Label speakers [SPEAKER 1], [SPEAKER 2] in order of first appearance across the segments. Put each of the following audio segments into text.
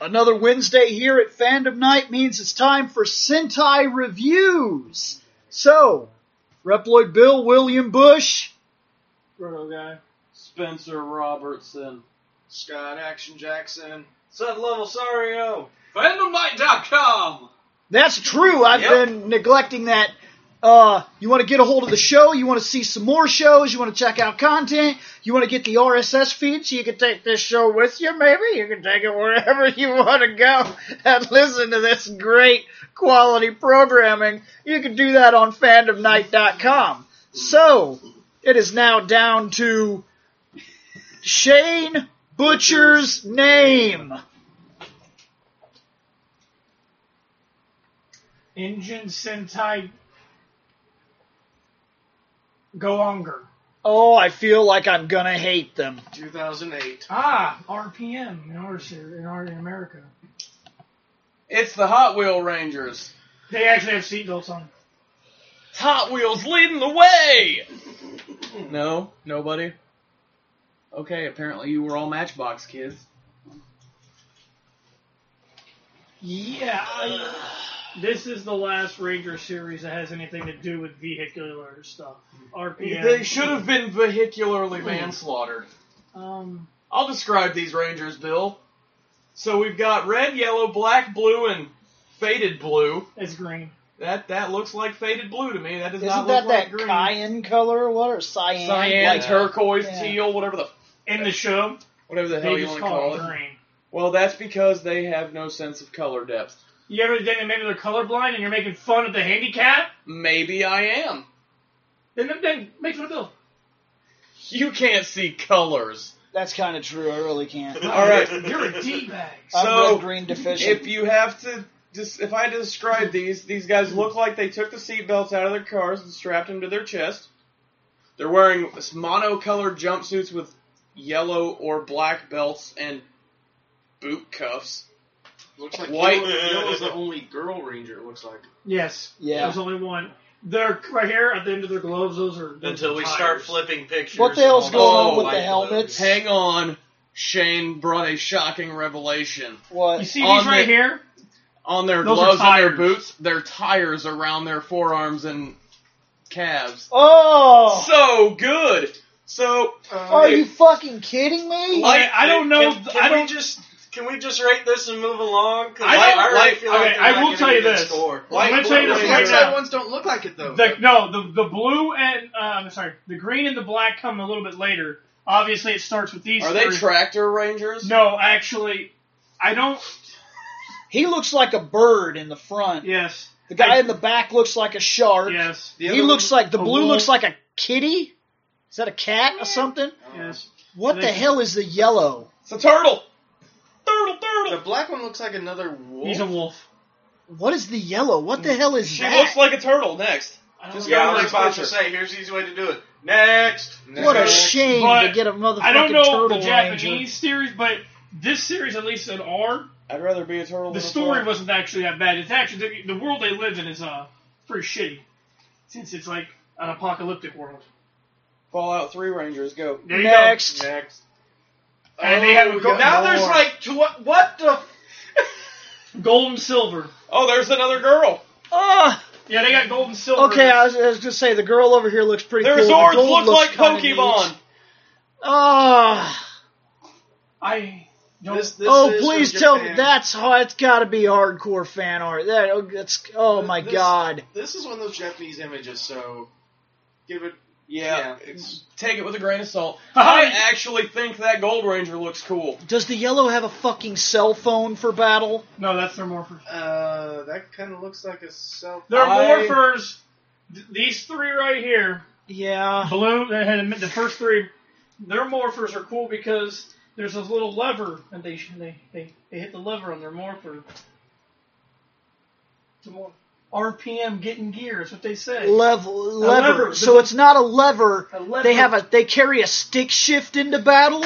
[SPEAKER 1] Another Wednesday here at Fandom Night means it's time for Sentai reviews. So, Reploid Bill, William Bush,
[SPEAKER 2] Roto guy.
[SPEAKER 3] Spencer Robertson.
[SPEAKER 4] Scott Action Jackson.
[SPEAKER 3] Seth Level Sario.
[SPEAKER 4] FandomNight.com.
[SPEAKER 1] That's true. I've
[SPEAKER 4] Yep.
[SPEAKER 1] been neglecting that. Uh, you want to get a hold of the show. You want to see some more shows. You want to check out content. You want to get the RSS feed so you can take this show with you, maybe. You can take it wherever you want to go and listen to this great quality programming. You can do that on fandomnight.com. So, it is now down to Shane Butcher's name.
[SPEAKER 2] Engine Sentai Goanger.
[SPEAKER 1] Oh, I feel like I'm going to hate them.
[SPEAKER 4] 2008.
[SPEAKER 2] Ah, RPM in ours here in, our, in America.
[SPEAKER 3] It's the Hot Wheel Rangers.
[SPEAKER 2] They actually have seatbelts on.
[SPEAKER 3] Hot Wheels leading the way! No? Nobody? Okay, apparently you were all Matchbox kids.
[SPEAKER 2] Yeah. I- this is the last Ranger series that has anything to do with vehicular stuff. RPM.
[SPEAKER 3] They should have been vehicularly
[SPEAKER 2] Hmm.
[SPEAKER 3] manslaughtered.
[SPEAKER 2] Um,
[SPEAKER 3] I'll describe these Rangers, Bill. So we've got red, yellow, black, blue, and faded blue.
[SPEAKER 2] it's green.
[SPEAKER 3] That that looks like faded blue to me. That does
[SPEAKER 1] Isn't
[SPEAKER 3] not
[SPEAKER 1] that
[SPEAKER 3] look like
[SPEAKER 1] that
[SPEAKER 3] green.
[SPEAKER 1] cayenne color or what? Or cyan?
[SPEAKER 3] Cyan,
[SPEAKER 1] Like-
[SPEAKER 3] turquoise,
[SPEAKER 1] Yeah.
[SPEAKER 3] teal, whatever the
[SPEAKER 2] In the show,
[SPEAKER 3] whatever the hell
[SPEAKER 2] they
[SPEAKER 3] you
[SPEAKER 2] just
[SPEAKER 3] want to
[SPEAKER 2] call
[SPEAKER 3] call
[SPEAKER 2] it
[SPEAKER 3] it.
[SPEAKER 2] green.
[SPEAKER 3] Well, that's because they have no sense of color depth.
[SPEAKER 2] You ever think that maybe they're colorblind and you're making fun of the handicap?
[SPEAKER 3] Maybe I am.
[SPEAKER 2] Then, then make fun of Bill.
[SPEAKER 3] You can't see colors.
[SPEAKER 1] That's kind of true. I really can't.
[SPEAKER 3] All right.
[SPEAKER 2] You're a D-bag.
[SPEAKER 1] I'm
[SPEAKER 3] So,
[SPEAKER 1] real green deficient.
[SPEAKER 3] If you have to, just if I had to describe these, these guys look like they took the seatbelts out of their cars and strapped them to their chest. They're wearing this monocolored jumpsuits with yellow or black belts and boot cuffs.
[SPEAKER 4] Looks like
[SPEAKER 3] White.
[SPEAKER 4] Yellow's the only girl ranger, it looks like.
[SPEAKER 2] Yes.
[SPEAKER 1] yeah.
[SPEAKER 2] There's only one. They're right here at the end of their gloves. Those are those
[SPEAKER 5] Until
[SPEAKER 2] are
[SPEAKER 5] we
[SPEAKER 2] tires.
[SPEAKER 5] start flipping pictures. Oh,
[SPEAKER 1] What the hell's
[SPEAKER 5] of
[SPEAKER 1] going
[SPEAKER 5] all
[SPEAKER 3] on
[SPEAKER 5] the
[SPEAKER 3] with
[SPEAKER 5] white
[SPEAKER 1] the helmets?
[SPEAKER 5] balloons.
[SPEAKER 3] Hang on, Shane brought a shocking revelation.
[SPEAKER 2] You
[SPEAKER 1] What?
[SPEAKER 2] see
[SPEAKER 3] On
[SPEAKER 2] these right
[SPEAKER 3] the-
[SPEAKER 2] here?
[SPEAKER 3] On their
[SPEAKER 2] Those are
[SPEAKER 3] gloves and their
[SPEAKER 2] tires.
[SPEAKER 3] boots, their tires around their forearms and calves.
[SPEAKER 1] Oh,
[SPEAKER 3] So good. So
[SPEAKER 2] Oh,
[SPEAKER 1] are you fucking kidding me?
[SPEAKER 3] Like-
[SPEAKER 2] Okay, I don't know.
[SPEAKER 5] Can, can
[SPEAKER 2] I don't.
[SPEAKER 5] we just can we just rate this and move along? 'Cause
[SPEAKER 2] I don't-
[SPEAKER 5] already
[SPEAKER 3] like-
[SPEAKER 5] feel like
[SPEAKER 2] okay,
[SPEAKER 5] they're
[SPEAKER 2] I
[SPEAKER 5] not
[SPEAKER 2] will
[SPEAKER 5] giving
[SPEAKER 2] tell you
[SPEAKER 5] a good
[SPEAKER 2] this.
[SPEAKER 5] Score.
[SPEAKER 2] I'm gonna tell you this
[SPEAKER 4] the
[SPEAKER 2] right
[SPEAKER 4] outside
[SPEAKER 2] now.
[SPEAKER 4] ones don't look like it, though.
[SPEAKER 2] The, no, the the blue and uh, I'm sorry, the green and the black come a little bit later. Obviously, it starts with these.
[SPEAKER 3] Are they
[SPEAKER 2] three.
[SPEAKER 3] tractor rangers?
[SPEAKER 2] No, actually, I don't.
[SPEAKER 1] He looks like a bird in the front.
[SPEAKER 2] Yes,
[SPEAKER 1] The guy
[SPEAKER 2] I-
[SPEAKER 1] in the back looks like a shark.
[SPEAKER 2] yes,
[SPEAKER 4] The
[SPEAKER 1] He
[SPEAKER 4] other
[SPEAKER 1] looks like the
[SPEAKER 2] a
[SPEAKER 1] blue
[SPEAKER 2] wolf.
[SPEAKER 1] looks like a kitty. Is that a cat or something?
[SPEAKER 4] one-
[SPEAKER 2] yes.
[SPEAKER 1] What
[SPEAKER 2] They-
[SPEAKER 1] the hell is the yellow?
[SPEAKER 3] It's a turtle. Turtle,
[SPEAKER 4] The
[SPEAKER 3] turtle.
[SPEAKER 4] black one looks like another wolf.
[SPEAKER 2] He's a wolf.
[SPEAKER 1] What is the yellow? What the hell is
[SPEAKER 3] She
[SPEAKER 1] that?
[SPEAKER 3] looks like a turtle. Next.
[SPEAKER 2] I
[SPEAKER 3] Just
[SPEAKER 2] don't,
[SPEAKER 5] Yeah,
[SPEAKER 3] go
[SPEAKER 5] I
[SPEAKER 3] to
[SPEAKER 2] know,
[SPEAKER 5] was
[SPEAKER 3] the
[SPEAKER 5] about to
[SPEAKER 3] picture.
[SPEAKER 5] say. Here's the easy way to do it. Next.
[SPEAKER 1] what a
[SPEAKER 4] Next.
[SPEAKER 1] shame to
[SPEAKER 2] But
[SPEAKER 1] get a motherfucking
[SPEAKER 2] I don't know
[SPEAKER 1] turtle
[SPEAKER 2] the
[SPEAKER 1] ranger.
[SPEAKER 2] Japanese series, but this series, at least in R,
[SPEAKER 3] I'd rather be a turtle.
[SPEAKER 2] the
[SPEAKER 3] than a
[SPEAKER 2] story
[SPEAKER 3] frog.
[SPEAKER 2] wasn't actually that bad. It's actually the, the world they live in is uh pretty shitty, since it's like an apocalyptic world.
[SPEAKER 3] Fallout Three Rangers. Go.
[SPEAKER 2] There you
[SPEAKER 1] Next.
[SPEAKER 4] Next.
[SPEAKER 2] go. And they have go-
[SPEAKER 3] got
[SPEAKER 4] now there's
[SPEAKER 3] more.
[SPEAKER 4] like tw- what the
[SPEAKER 2] gold and silver.
[SPEAKER 3] Oh, there's another girl.
[SPEAKER 1] Ah.
[SPEAKER 2] Yeah, they got gold and silver.
[SPEAKER 1] Okay, I was, I was gonna say the girl over here looks pretty
[SPEAKER 3] Their
[SPEAKER 1] cool. The
[SPEAKER 3] swords
[SPEAKER 1] gold
[SPEAKER 3] look
[SPEAKER 1] looks
[SPEAKER 3] like
[SPEAKER 1] kinda
[SPEAKER 3] Pokemon.
[SPEAKER 1] neat. Ah,
[SPEAKER 2] I don't.
[SPEAKER 4] this, this
[SPEAKER 1] oh
[SPEAKER 4] is from
[SPEAKER 1] please tell me
[SPEAKER 4] Japan.
[SPEAKER 1] that's hard. It's got to be hardcore fan art. That oh, that's oh my
[SPEAKER 4] This-
[SPEAKER 1] god.
[SPEAKER 4] This is one of those Japanese images, so give it.
[SPEAKER 3] Yeah.
[SPEAKER 4] it's-
[SPEAKER 3] Take it with a grain of salt. I
[SPEAKER 2] I,
[SPEAKER 3] actually think that Gold Ranger looks cool.
[SPEAKER 1] Does the yellow have a fucking cell phone for battle?
[SPEAKER 2] no, that's their morphers.
[SPEAKER 4] Uh, that kind of looks like a self.
[SPEAKER 2] Their
[SPEAKER 3] I-
[SPEAKER 2] morphers. th- These three right here,
[SPEAKER 1] Yeah.
[SPEAKER 2] blue. That had the first three. Their morphers are cool because there's this little lever, and they they they, they hit the lever on their morpher. It's a mor- RPM getting gear is what they say.
[SPEAKER 1] Level lever.
[SPEAKER 2] lever.
[SPEAKER 1] So it's not a lever.
[SPEAKER 2] A lever.
[SPEAKER 1] They have a they carry a stick shift into battle.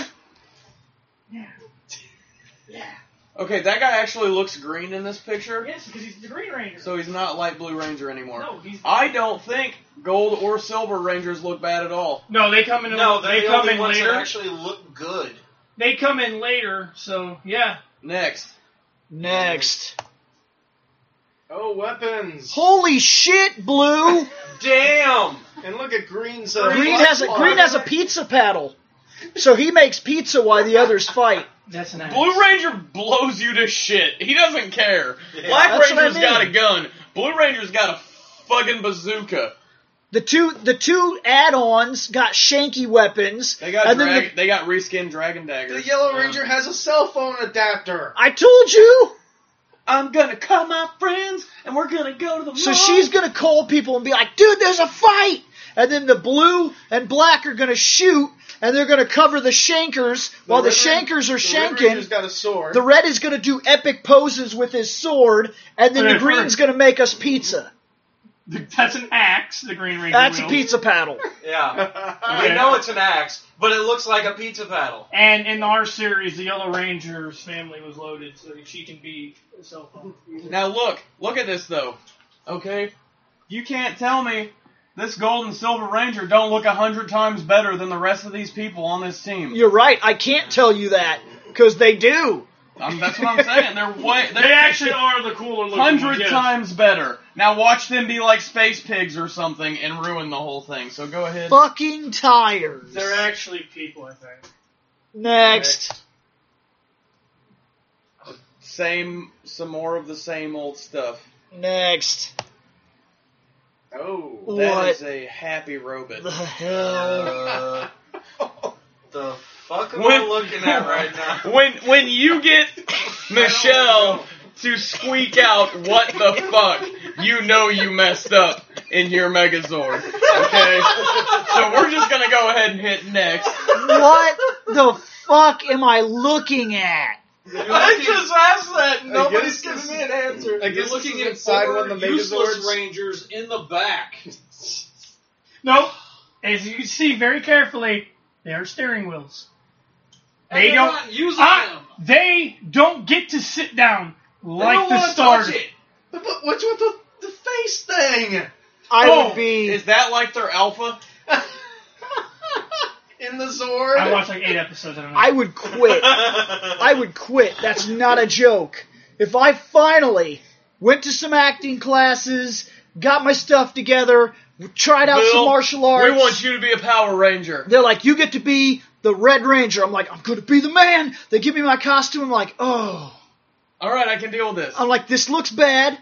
[SPEAKER 3] Okay, that guy actually looks green in this picture,
[SPEAKER 2] Yes, because he's the Green Ranger.
[SPEAKER 3] so he's not light blue ranger anymore.
[SPEAKER 2] no, he's
[SPEAKER 3] I don't think gold or silver rangers look bad at all.
[SPEAKER 2] no. They come in.
[SPEAKER 5] No, they're
[SPEAKER 2] they
[SPEAKER 5] the
[SPEAKER 2] come
[SPEAKER 5] only
[SPEAKER 2] in
[SPEAKER 5] ones
[SPEAKER 2] later.
[SPEAKER 5] that actually look good.
[SPEAKER 2] They come in later. So yeah,
[SPEAKER 3] Next.
[SPEAKER 1] Next.
[SPEAKER 4] Oh, weapons.
[SPEAKER 1] Holy shit, Blue!
[SPEAKER 4] Damn. And look at Green's. Uh,
[SPEAKER 1] Green has a Green has a pizza paddle, so he makes pizza while the others fight.
[SPEAKER 2] That's an axe.
[SPEAKER 3] Blue Ranger blows you to shit. He doesn't care.
[SPEAKER 5] Yeah.
[SPEAKER 3] Black
[SPEAKER 1] That's what I
[SPEAKER 3] Ranger's
[SPEAKER 1] mean.
[SPEAKER 3] got a gun. Blue Ranger's got a fucking bazooka.
[SPEAKER 1] The two the two add-ons got shanky weapons.
[SPEAKER 3] They got
[SPEAKER 1] and then
[SPEAKER 3] drag-
[SPEAKER 1] the-
[SPEAKER 3] they got reskinned dragon daggers.
[SPEAKER 4] The Yellow
[SPEAKER 3] Yeah.
[SPEAKER 4] Ranger has a cell phone adapter.
[SPEAKER 1] I told you.
[SPEAKER 3] I'm gonna call my friends and we're gonna go to the
[SPEAKER 1] So
[SPEAKER 3] mall.
[SPEAKER 1] she's gonna call people and be like, "Dude, there's a fight!" And then the blue and black are gonna shoot, and they're gonna cover the shankers while the
[SPEAKER 4] Red-
[SPEAKER 1] shankers are
[SPEAKER 4] The Red Ranger's
[SPEAKER 1] shanking.
[SPEAKER 4] got a sword.
[SPEAKER 1] The red is gonna do epic poses with his sword, and then the
[SPEAKER 2] Okay,
[SPEAKER 1] green's
[SPEAKER 2] first.
[SPEAKER 1] gonna make us pizza.
[SPEAKER 2] That's an axe. The Green Ranger.
[SPEAKER 1] That's a
[SPEAKER 2] wields.
[SPEAKER 1] pizza paddle.
[SPEAKER 5] Yeah.
[SPEAKER 2] Okay.
[SPEAKER 5] I know it's an axe, but it looks like a pizza paddle.
[SPEAKER 2] And in our series, the Yellow Ranger's family was loaded, so she can be a cell phone.
[SPEAKER 3] Now look, look at this though. Okay, you can't tell me this gold and silver ranger don't look a hundred times better than the rest of these people on this team.
[SPEAKER 1] You're right. I can't tell you that because they do.
[SPEAKER 3] Um, that's what I'm saying. They're way they're
[SPEAKER 2] They actually are the cooler looking. ones,
[SPEAKER 3] hundred
[SPEAKER 2] yes.
[SPEAKER 3] times better. Now watch them be like space pigs or something and ruin the whole thing. So go ahead.
[SPEAKER 1] Fucking tires.
[SPEAKER 2] They're actually people, I think.
[SPEAKER 1] Next.
[SPEAKER 3] Same, some more of the same old stuff.
[SPEAKER 1] Next.
[SPEAKER 4] oh.
[SPEAKER 3] That
[SPEAKER 1] What?
[SPEAKER 3] is a happy robot.
[SPEAKER 1] The hell?
[SPEAKER 5] Uh, the fuck am I
[SPEAKER 3] When-
[SPEAKER 5] looking at right now?
[SPEAKER 3] When when you get Michelle
[SPEAKER 5] know.
[SPEAKER 3] to squeak out what the fuck, you know you messed up in your Megazord. Okay? So we're just gonna go ahead and hit next.
[SPEAKER 1] what the fuck am I looking at?
[SPEAKER 5] I just asked that. and
[SPEAKER 4] I guess
[SPEAKER 5] Nobody's
[SPEAKER 4] this
[SPEAKER 5] giving me an answer.
[SPEAKER 4] I guess
[SPEAKER 5] You're looking
[SPEAKER 4] this is
[SPEAKER 5] at
[SPEAKER 4] inside
[SPEAKER 5] four
[SPEAKER 4] one of the
[SPEAKER 5] useless
[SPEAKER 4] Megazords.
[SPEAKER 5] rangers in the back.
[SPEAKER 2] Nope. As you can see very carefully, they are steering wheels.
[SPEAKER 5] And
[SPEAKER 2] They
[SPEAKER 5] they're
[SPEAKER 2] don't-
[SPEAKER 5] not using
[SPEAKER 2] Ah,
[SPEAKER 5] them.
[SPEAKER 2] they don't get to sit down
[SPEAKER 5] They
[SPEAKER 2] like
[SPEAKER 5] don't
[SPEAKER 2] the
[SPEAKER 5] wanna
[SPEAKER 2] starter.
[SPEAKER 5] touch it.
[SPEAKER 4] But what- what's with the, the face thing?
[SPEAKER 1] I
[SPEAKER 2] Oh,
[SPEAKER 1] would be.
[SPEAKER 3] Is that like their alpha?
[SPEAKER 4] In the Zord?
[SPEAKER 2] I watched like eight episodes. I don't know.
[SPEAKER 1] I would quit. I would quit. That's not a joke. If I finally went to some acting classes, got my stuff together, tried out some
[SPEAKER 3] Bill,
[SPEAKER 1] martial
[SPEAKER 3] We
[SPEAKER 1] arts,
[SPEAKER 3] want you to be a Power Ranger.
[SPEAKER 1] they're like, "You get to be the Red Ranger." I'm like, "I'm going to be the man." They give me my costume. I'm like, "Oh."
[SPEAKER 3] Alright, I can deal with this.
[SPEAKER 1] I'm like, this looks bad,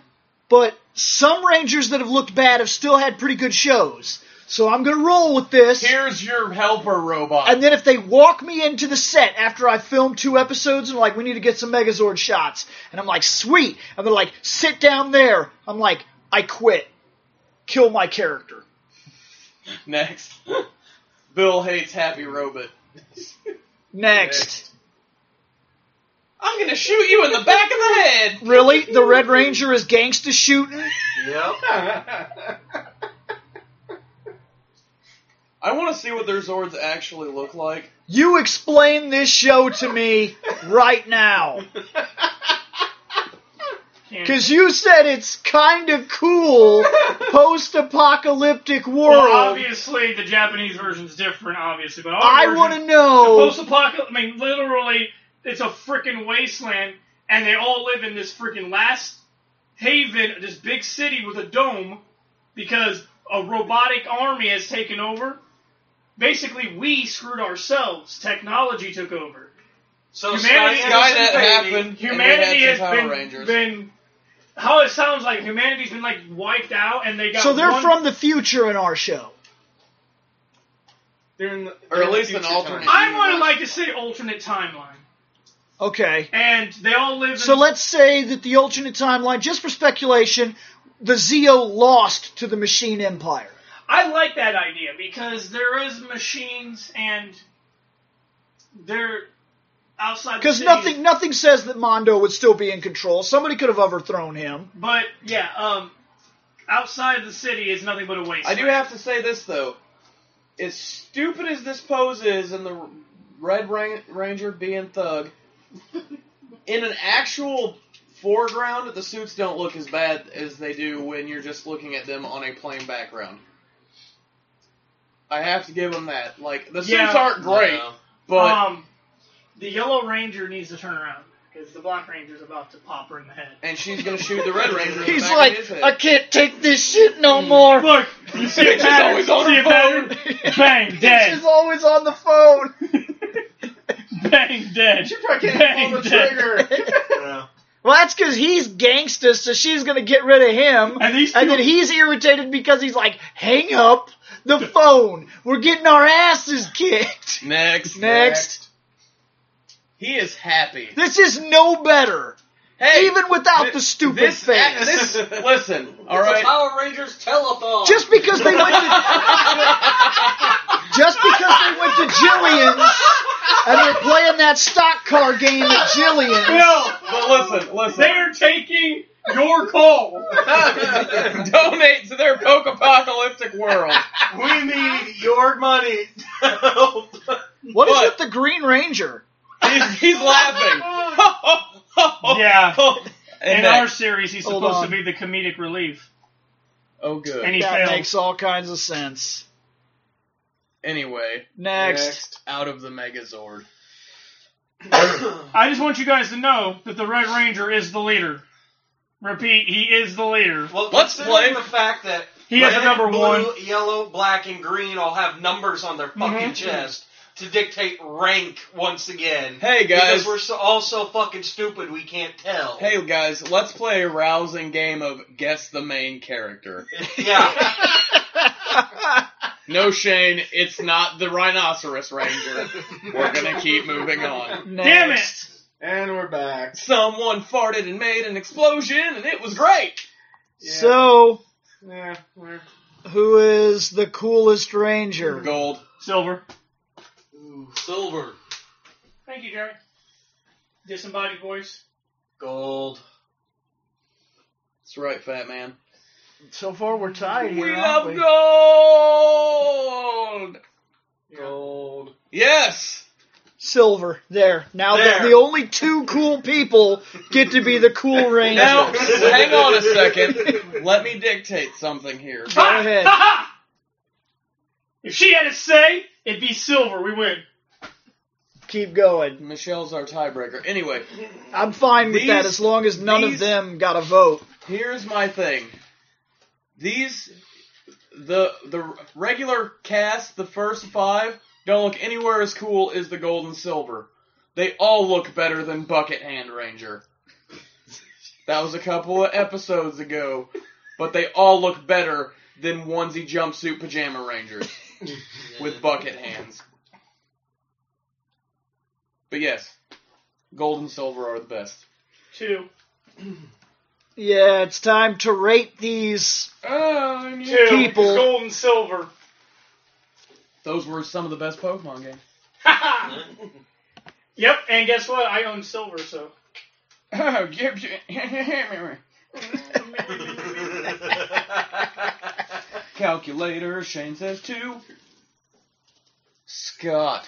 [SPEAKER 1] but some Rangers that have looked bad have still had pretty good shows. So I'm gonna roll with this.
[SPEAKER 3] Here's your helper robot.
[SPEAKER 1] And then if they walk me into the set after I film two episodes and like, we need to get some Megazord shots, and I'm like, sweet, and they're like, sit down there. I'm like, I quit. Kill my character.
[SPEAKER 3] Next. Bill hates Happy Robot.
[SPEAKER 1] Next.
[SPEAKER 3] I'm gonna shoot you in the back of the head!
[SPEAKER 1] Really? The Red Ranger is gangsta shooting?
[SPEAKER 5] Yep.
[SPEAKER 3] I wanna see what their Zords actually look like.
[SPEAKER 1] You explain this show to me right now.
[SPEAKER 2] Can't-
[SPEAKER 1] Because you said it's kind of cool post-apocalyptic world.
[SPEAKER 2] well, obviously the Japanese version's different, obviously, but our
[SPEAKER 1] I
[SPEAKER 2] version-
[SPEAKER 1] want to
[SPEAKER 2] the
[SPEAKER 3] Oh.
[SPEAKER 1] know.
[SPEAKER 2] post-apocalypse. I mean, literally, it's a freaking wasteland, and they all live in this freaking last haven, this big city with a dome, because a robotic army has taken over. Basically, we screwed ourselves. Technology took over.
[SPEAKER 5] So
[SPEAKER 2] Humanity-
[SPEAKER 5] Sky
[SPEAKER 3] Guy
[SPEAKER 5] Anderson
[SPEAKER 3] that
[SPEAKER 5] Baby-
[SPEAKER 3] happened.
[SPEAKER 2] Humanity
[SPEAKER 3] and they had
[SPEAKER 2] has
[SPEAKER 3] some Power
[SPEAKER 2] been,
[SPEAKER 3] Rangers.
[SPEAKER 2] been- How it sounds like humanity's been like wiped out, and they got
[SPEAKER 1] So they're
[SPEAKER 2] one-
[SPEAKER 1] from the future in our show.
[SPEAKER 4] They're in the,
[SPEAKER 3] Or at least
[SPEAKER 4] they're
[SPEAKER 3] an
[SPEAKER 4] in the future
[SPEAKER 3] alternate.
[SPEAKER 4] time.
[SPEAKER 2] I want to like to say alternate timeline,
[SPEAKER 1] Okay.
[SPEAKER 2] and they all live.
[SPEAKER 1] So
[SPEAKER 2] in,
[SPEAKER 1] let's say that the alternate timeline, just for speculation, the Zeo lost to the Machine Empire.
[SPEAKER 2] I like that idea because there is machines and they're outside. the
[SPEAKER 1] Because
[SPEAKER 2] city.
[SPEAKER 1] nothing, nothing says that Mondo would still be in control. Somebody could have overthrown him.
[SPEAKER 2] But yeah, um, outside the city is nothing but a waste.
[SPEAKER 3] I do have to say this though. As stupid as this pose is, and the Red Ran- Ranger being thug, in an actual foreground, the suits don't look as bad as they do when you're just looking at them on a plain background. I have to give them that. Like the suits
[SPEAKER 2] Yeah.
[SPEAKER 3] aren't great,
[SPEAKER 1] Oh.
[SPEAKER 5] No.
[SPEAKER 3] but
[SPEAKER 2] um, the Yellow Ranger needs to turn around. because the Black Ranger's about to pop her in the head.
[SPEAKER 3] and she's gonna shoot the Red Ranger. in the
[SPEAKER 1] He's
[SPEAKER 3] back of
[SPEAKER 1] like,
[SPEAKER 3] his head.
[SPEAKER 1] I can't take this shit no more.
[SPEAKER 2] Look, you see
[SPEAKER 3] Bitch
[SPEAKER 2] it
[SPEAKER 3] is
[SPEAKER 2] pattern,
[SPEAKER 3] always on
[SPEAKER 2] see
[SPEAKER 3] her
[SPEAKER 2] it pattern, bang, dead,
[SPEAKER 1] She's always on the phone.
[SPEAKER 2] bang, dead.
[SPEAKER 4] She probably
[SPEAKER 2] Bang,
[SPEAKER 4] can't pull the
[SPEAKER 2] dead.
[SPEAKER 4] trigger.
[SPEAKER 1] Well, that's because he's gangsta, so she's gonna get rid of him.
[SPEAKER 2] And these two,
[SPEAKER 1] And then he's irritated because he's like, hang up the phone. We're getting our asses kicked.
[SPEAKER 3] Next.
[SPEAKER 1] Next.
[SPEAKER 3] He is happy.
[SPEAKER 1] This is no better.
[SPEAKER 3] Hey,
[SPEAKER 1] even without
[SPEAKER 3] thi-
[SPEAKER 1] the stupid
[SPEAKER 3] this,
[SPEAKER 1] face.
[SPEAKER 3] this- listen, all
[SPEAKER 5] It's a
[SPEAKER 3] right.
[SPEAKER 5] Power Rangers telethon.
[SPEAKER 1] just because they went to just because they went to Jillian's and they're playing that stock car game at Jillian's.
[SPEAKER 3] No, but listen, listen.
[SPEAKER 2] they are taking your call.
[SPEAKER 3] Donate to their poke apocalyptic world.
[SPEAKER 4] We need your money.
[SPEAKER 1] What is
[SPEAKER 3] What?
[SPEAKER 1] with the Green Ranger?
[SPEAKER 3] He's, he's laughing.
[SPEAKER 2] yeah.
[SPEAKER 3] And
[SPEAKER 2] In
[SPEAKER 3] that-
[SPEAKER 2] our series, he's
[SPEAKER 1] Hold
[SPEAKER 2] supposed to
[SPEAKER 1] on.
[SPEAKER 2] be the comedic relief,
[SPEAKER 3] oh, good.
[SPEAKER 2] and he
[SPEAKER 1] That
[SPEAKER 2] failed.
[SPEAKER 1] makes all kinds of sense.
[SPEAKER 3] anyway,
[SPEAKER 1] Next.
[SPEAKER 3] out of the Megazord.
[SPEAKER 2] I just want you guys to know that the Red Ranger is the leader. Repeat, he is the leader.
[SPEAKER 5] Well,
[SPEAKER 3] Let's play.
[SPEAKER 5] considering the fact that
[SPEAKER 2] He is
[SPEAKER 5] red,
[SPEAKER 2] number
[SPEAKER 5] blue,
[SPEAKER 2] one.
[SPEAKER 5] yellow, black, and green all have numbers on their fucking
[SPEAKER 2] Mhm.
[SPEAKER 5] chest to dictate rank once again.
[SPEAKER 3] Hey
[SPEAKER 5] Because
[SPEAKER 3] guys.
[SPEAKER 5] we're so, all so fucking stupid we can't tell.
[SPEAKER 3] Hey guys, let's play a rousing game of guess the main character.
[SPEAKER 5] Yeah.
[SPEAKER 3] No, Shane, it's not the rhinoceros ranger. We're gonna keep moving on.
[SPEAKER 2] Damn
[SPEAKER 1] Next.
[SPEAKER 2] it!
[SPEAKER 4] And we're back.
[SPEAKER 3] Someone farted and made an explosion, and it was great.
[SPEAKER 4] Yeah.
[SPEAKER 1] So,
[SPEAKER 4] Yeah, we're-
[SPEAKER 1] who is the coolest ranger?
[SPEAKER 3] Gold.
[SPEAKER 2] Silver.
[SPEAKER 5] Ooh, silver.
[SPEAKER 2] Thank you, Jerry. Disembodied voice.
[SPEAKER 5] Gold.
[SPEAKER 3] That's right, fat man.
[SPEAKER 1] So far, we're tied.
[SPEAKER 3] We
[SPEAKER 1] here,
[SPEAKER 3] love
[SPEAKER 1] aren't
[SPEAKER 3] gold.
[SPEAKER 5] Gold.
[SPEAKER 3] Yes.
[SPEAKER 1] Silver. There. Now
[SPEAKER 5] There.
[SPEAKER 1] The, the only two cool people get to be the cool ranger.
[SPEAKER 3] Now, hang on a second. Let me dictate something here.
[SPEAKER 1] Go ahead.
[SPEAKER 2] If she had a say, it'd be silver. We win.
[SPEAKER 1] Keep going.
[SPEAKER 3] Michelle's our tiebreaker. Anyway,
[SPEAKER 1] I'm fine with that
[SPEAKER 3] These-
[SPEAKER 1] as long as none
[SPEAKER 3] these-
[SPEAKER 1] of them got a vote.
[SPEAKER 3] here's my thing. These, the the regular cast, the first five, don't look anywhere as cool as the gold and silver. They all look better than Bucket Hand Ranger. That was a couple of episodes ago, but they all look better than onesie jumpsuit pajama rangers with bucket hands. But yes, gold and silver are the best.
[SPEAKER 2] Two.
[SPEAKER 1] Yeah, it's time to rate these.
[SPEAKER 3] Oh,
[SPEAKER 2] Two.
[SPEAKER 1] People.
[SPEAKER 2] Gold and silver.
[SPEAKER 3] Those were some of the best Pokemon games.
[SPEAKER 2] yep, and guess what? I own silver, so.
[SPEAKER 3] Oh, give you- calculator. Shane says two. Scott,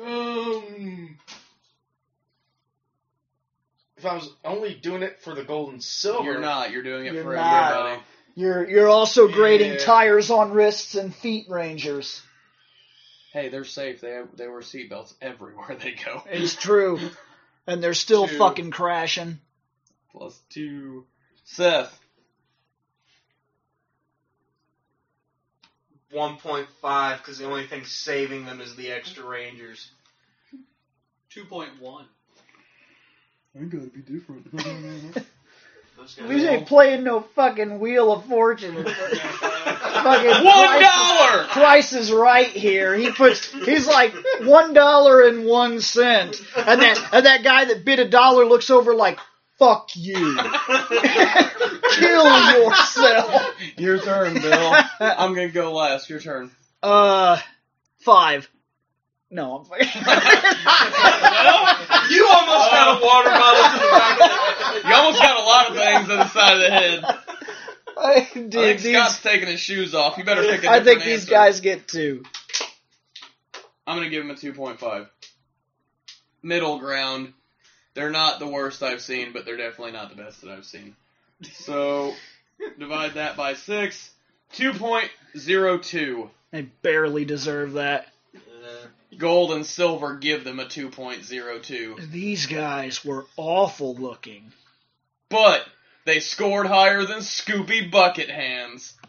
[SPEAKER 4] Um, if I was only doing it for the gold and silver,
[SPEAKER 3] you're not. You're doing it
[SPEAKER 1] You're
[SPEAKER 3] for
[SPEAKER 1] not.
[SPEAKER 3] everybody.
[SPEAKER 1] You're you're also grading
[SPEAKER 4] Yeah.
[SPEAKER 1] tires on wrists and feet rangers.
[SPEAKER 3] Hey, they're safe. They they wear seatbelts everywhere they go.
[SPEAKER 1] It's true. And they're still
[SPEAKER 3] Two.
[SPEAKER 1] fucking crashing.
[SPEAKER 3] Plus two. Seth,
[SPEAKER 5] 1.5 because the only thing saving them is the extra Rangers.
[SPEAKER 3] 2.1. I gotta be different.
[SPEAKER 5] Those guys
[SPEAKER 1] We ain't playing no fucking Wheel of Fortune. fucking price-
[SPEAKER 3] One dollar!
[SPEAKER 1] Price is right here. He puts he's like one dollar and one cent. And that and that guy that bid a dollar looks over like, fuck you. Kill yourself.
[SPEAKER 3] Your turn, Bill. I'm gonna go last. Your turn.
[SPEAKER 1] Uh, five. No, I'm
[SPEAKER 5] You almost got a water bottle to the back of
[SPEAKER 3] You almost got a lot of things on the side of the head.
[SPEAKER 1] Dude,
[SPEAKER 3] I think
[SPEAKER 1] these,
[SPEAKER 3] Scott's taking his shoes off. You better pick a
[SPEAKER 1] I think
[SPEAKER 3] different
[SPEAKER 1] these
[SPEAKER 3] answer.
[SPEAKER 1] guys get two.
[SPEAKER 3] I'm gonna give him a 2.5. Middle ground. They're not the worst I've seen, but they're definitely not the best that I've seen. So divide that by six. 2.02.
[SPEAKER 1] They barely deserve that.
[SPEAKER 3] Gold and silver give them a 2.02,
[SPEAKER 1] These guys were awful looking.
[SPEAKER 3] but they scored higher than Scoopy Bucket Hands.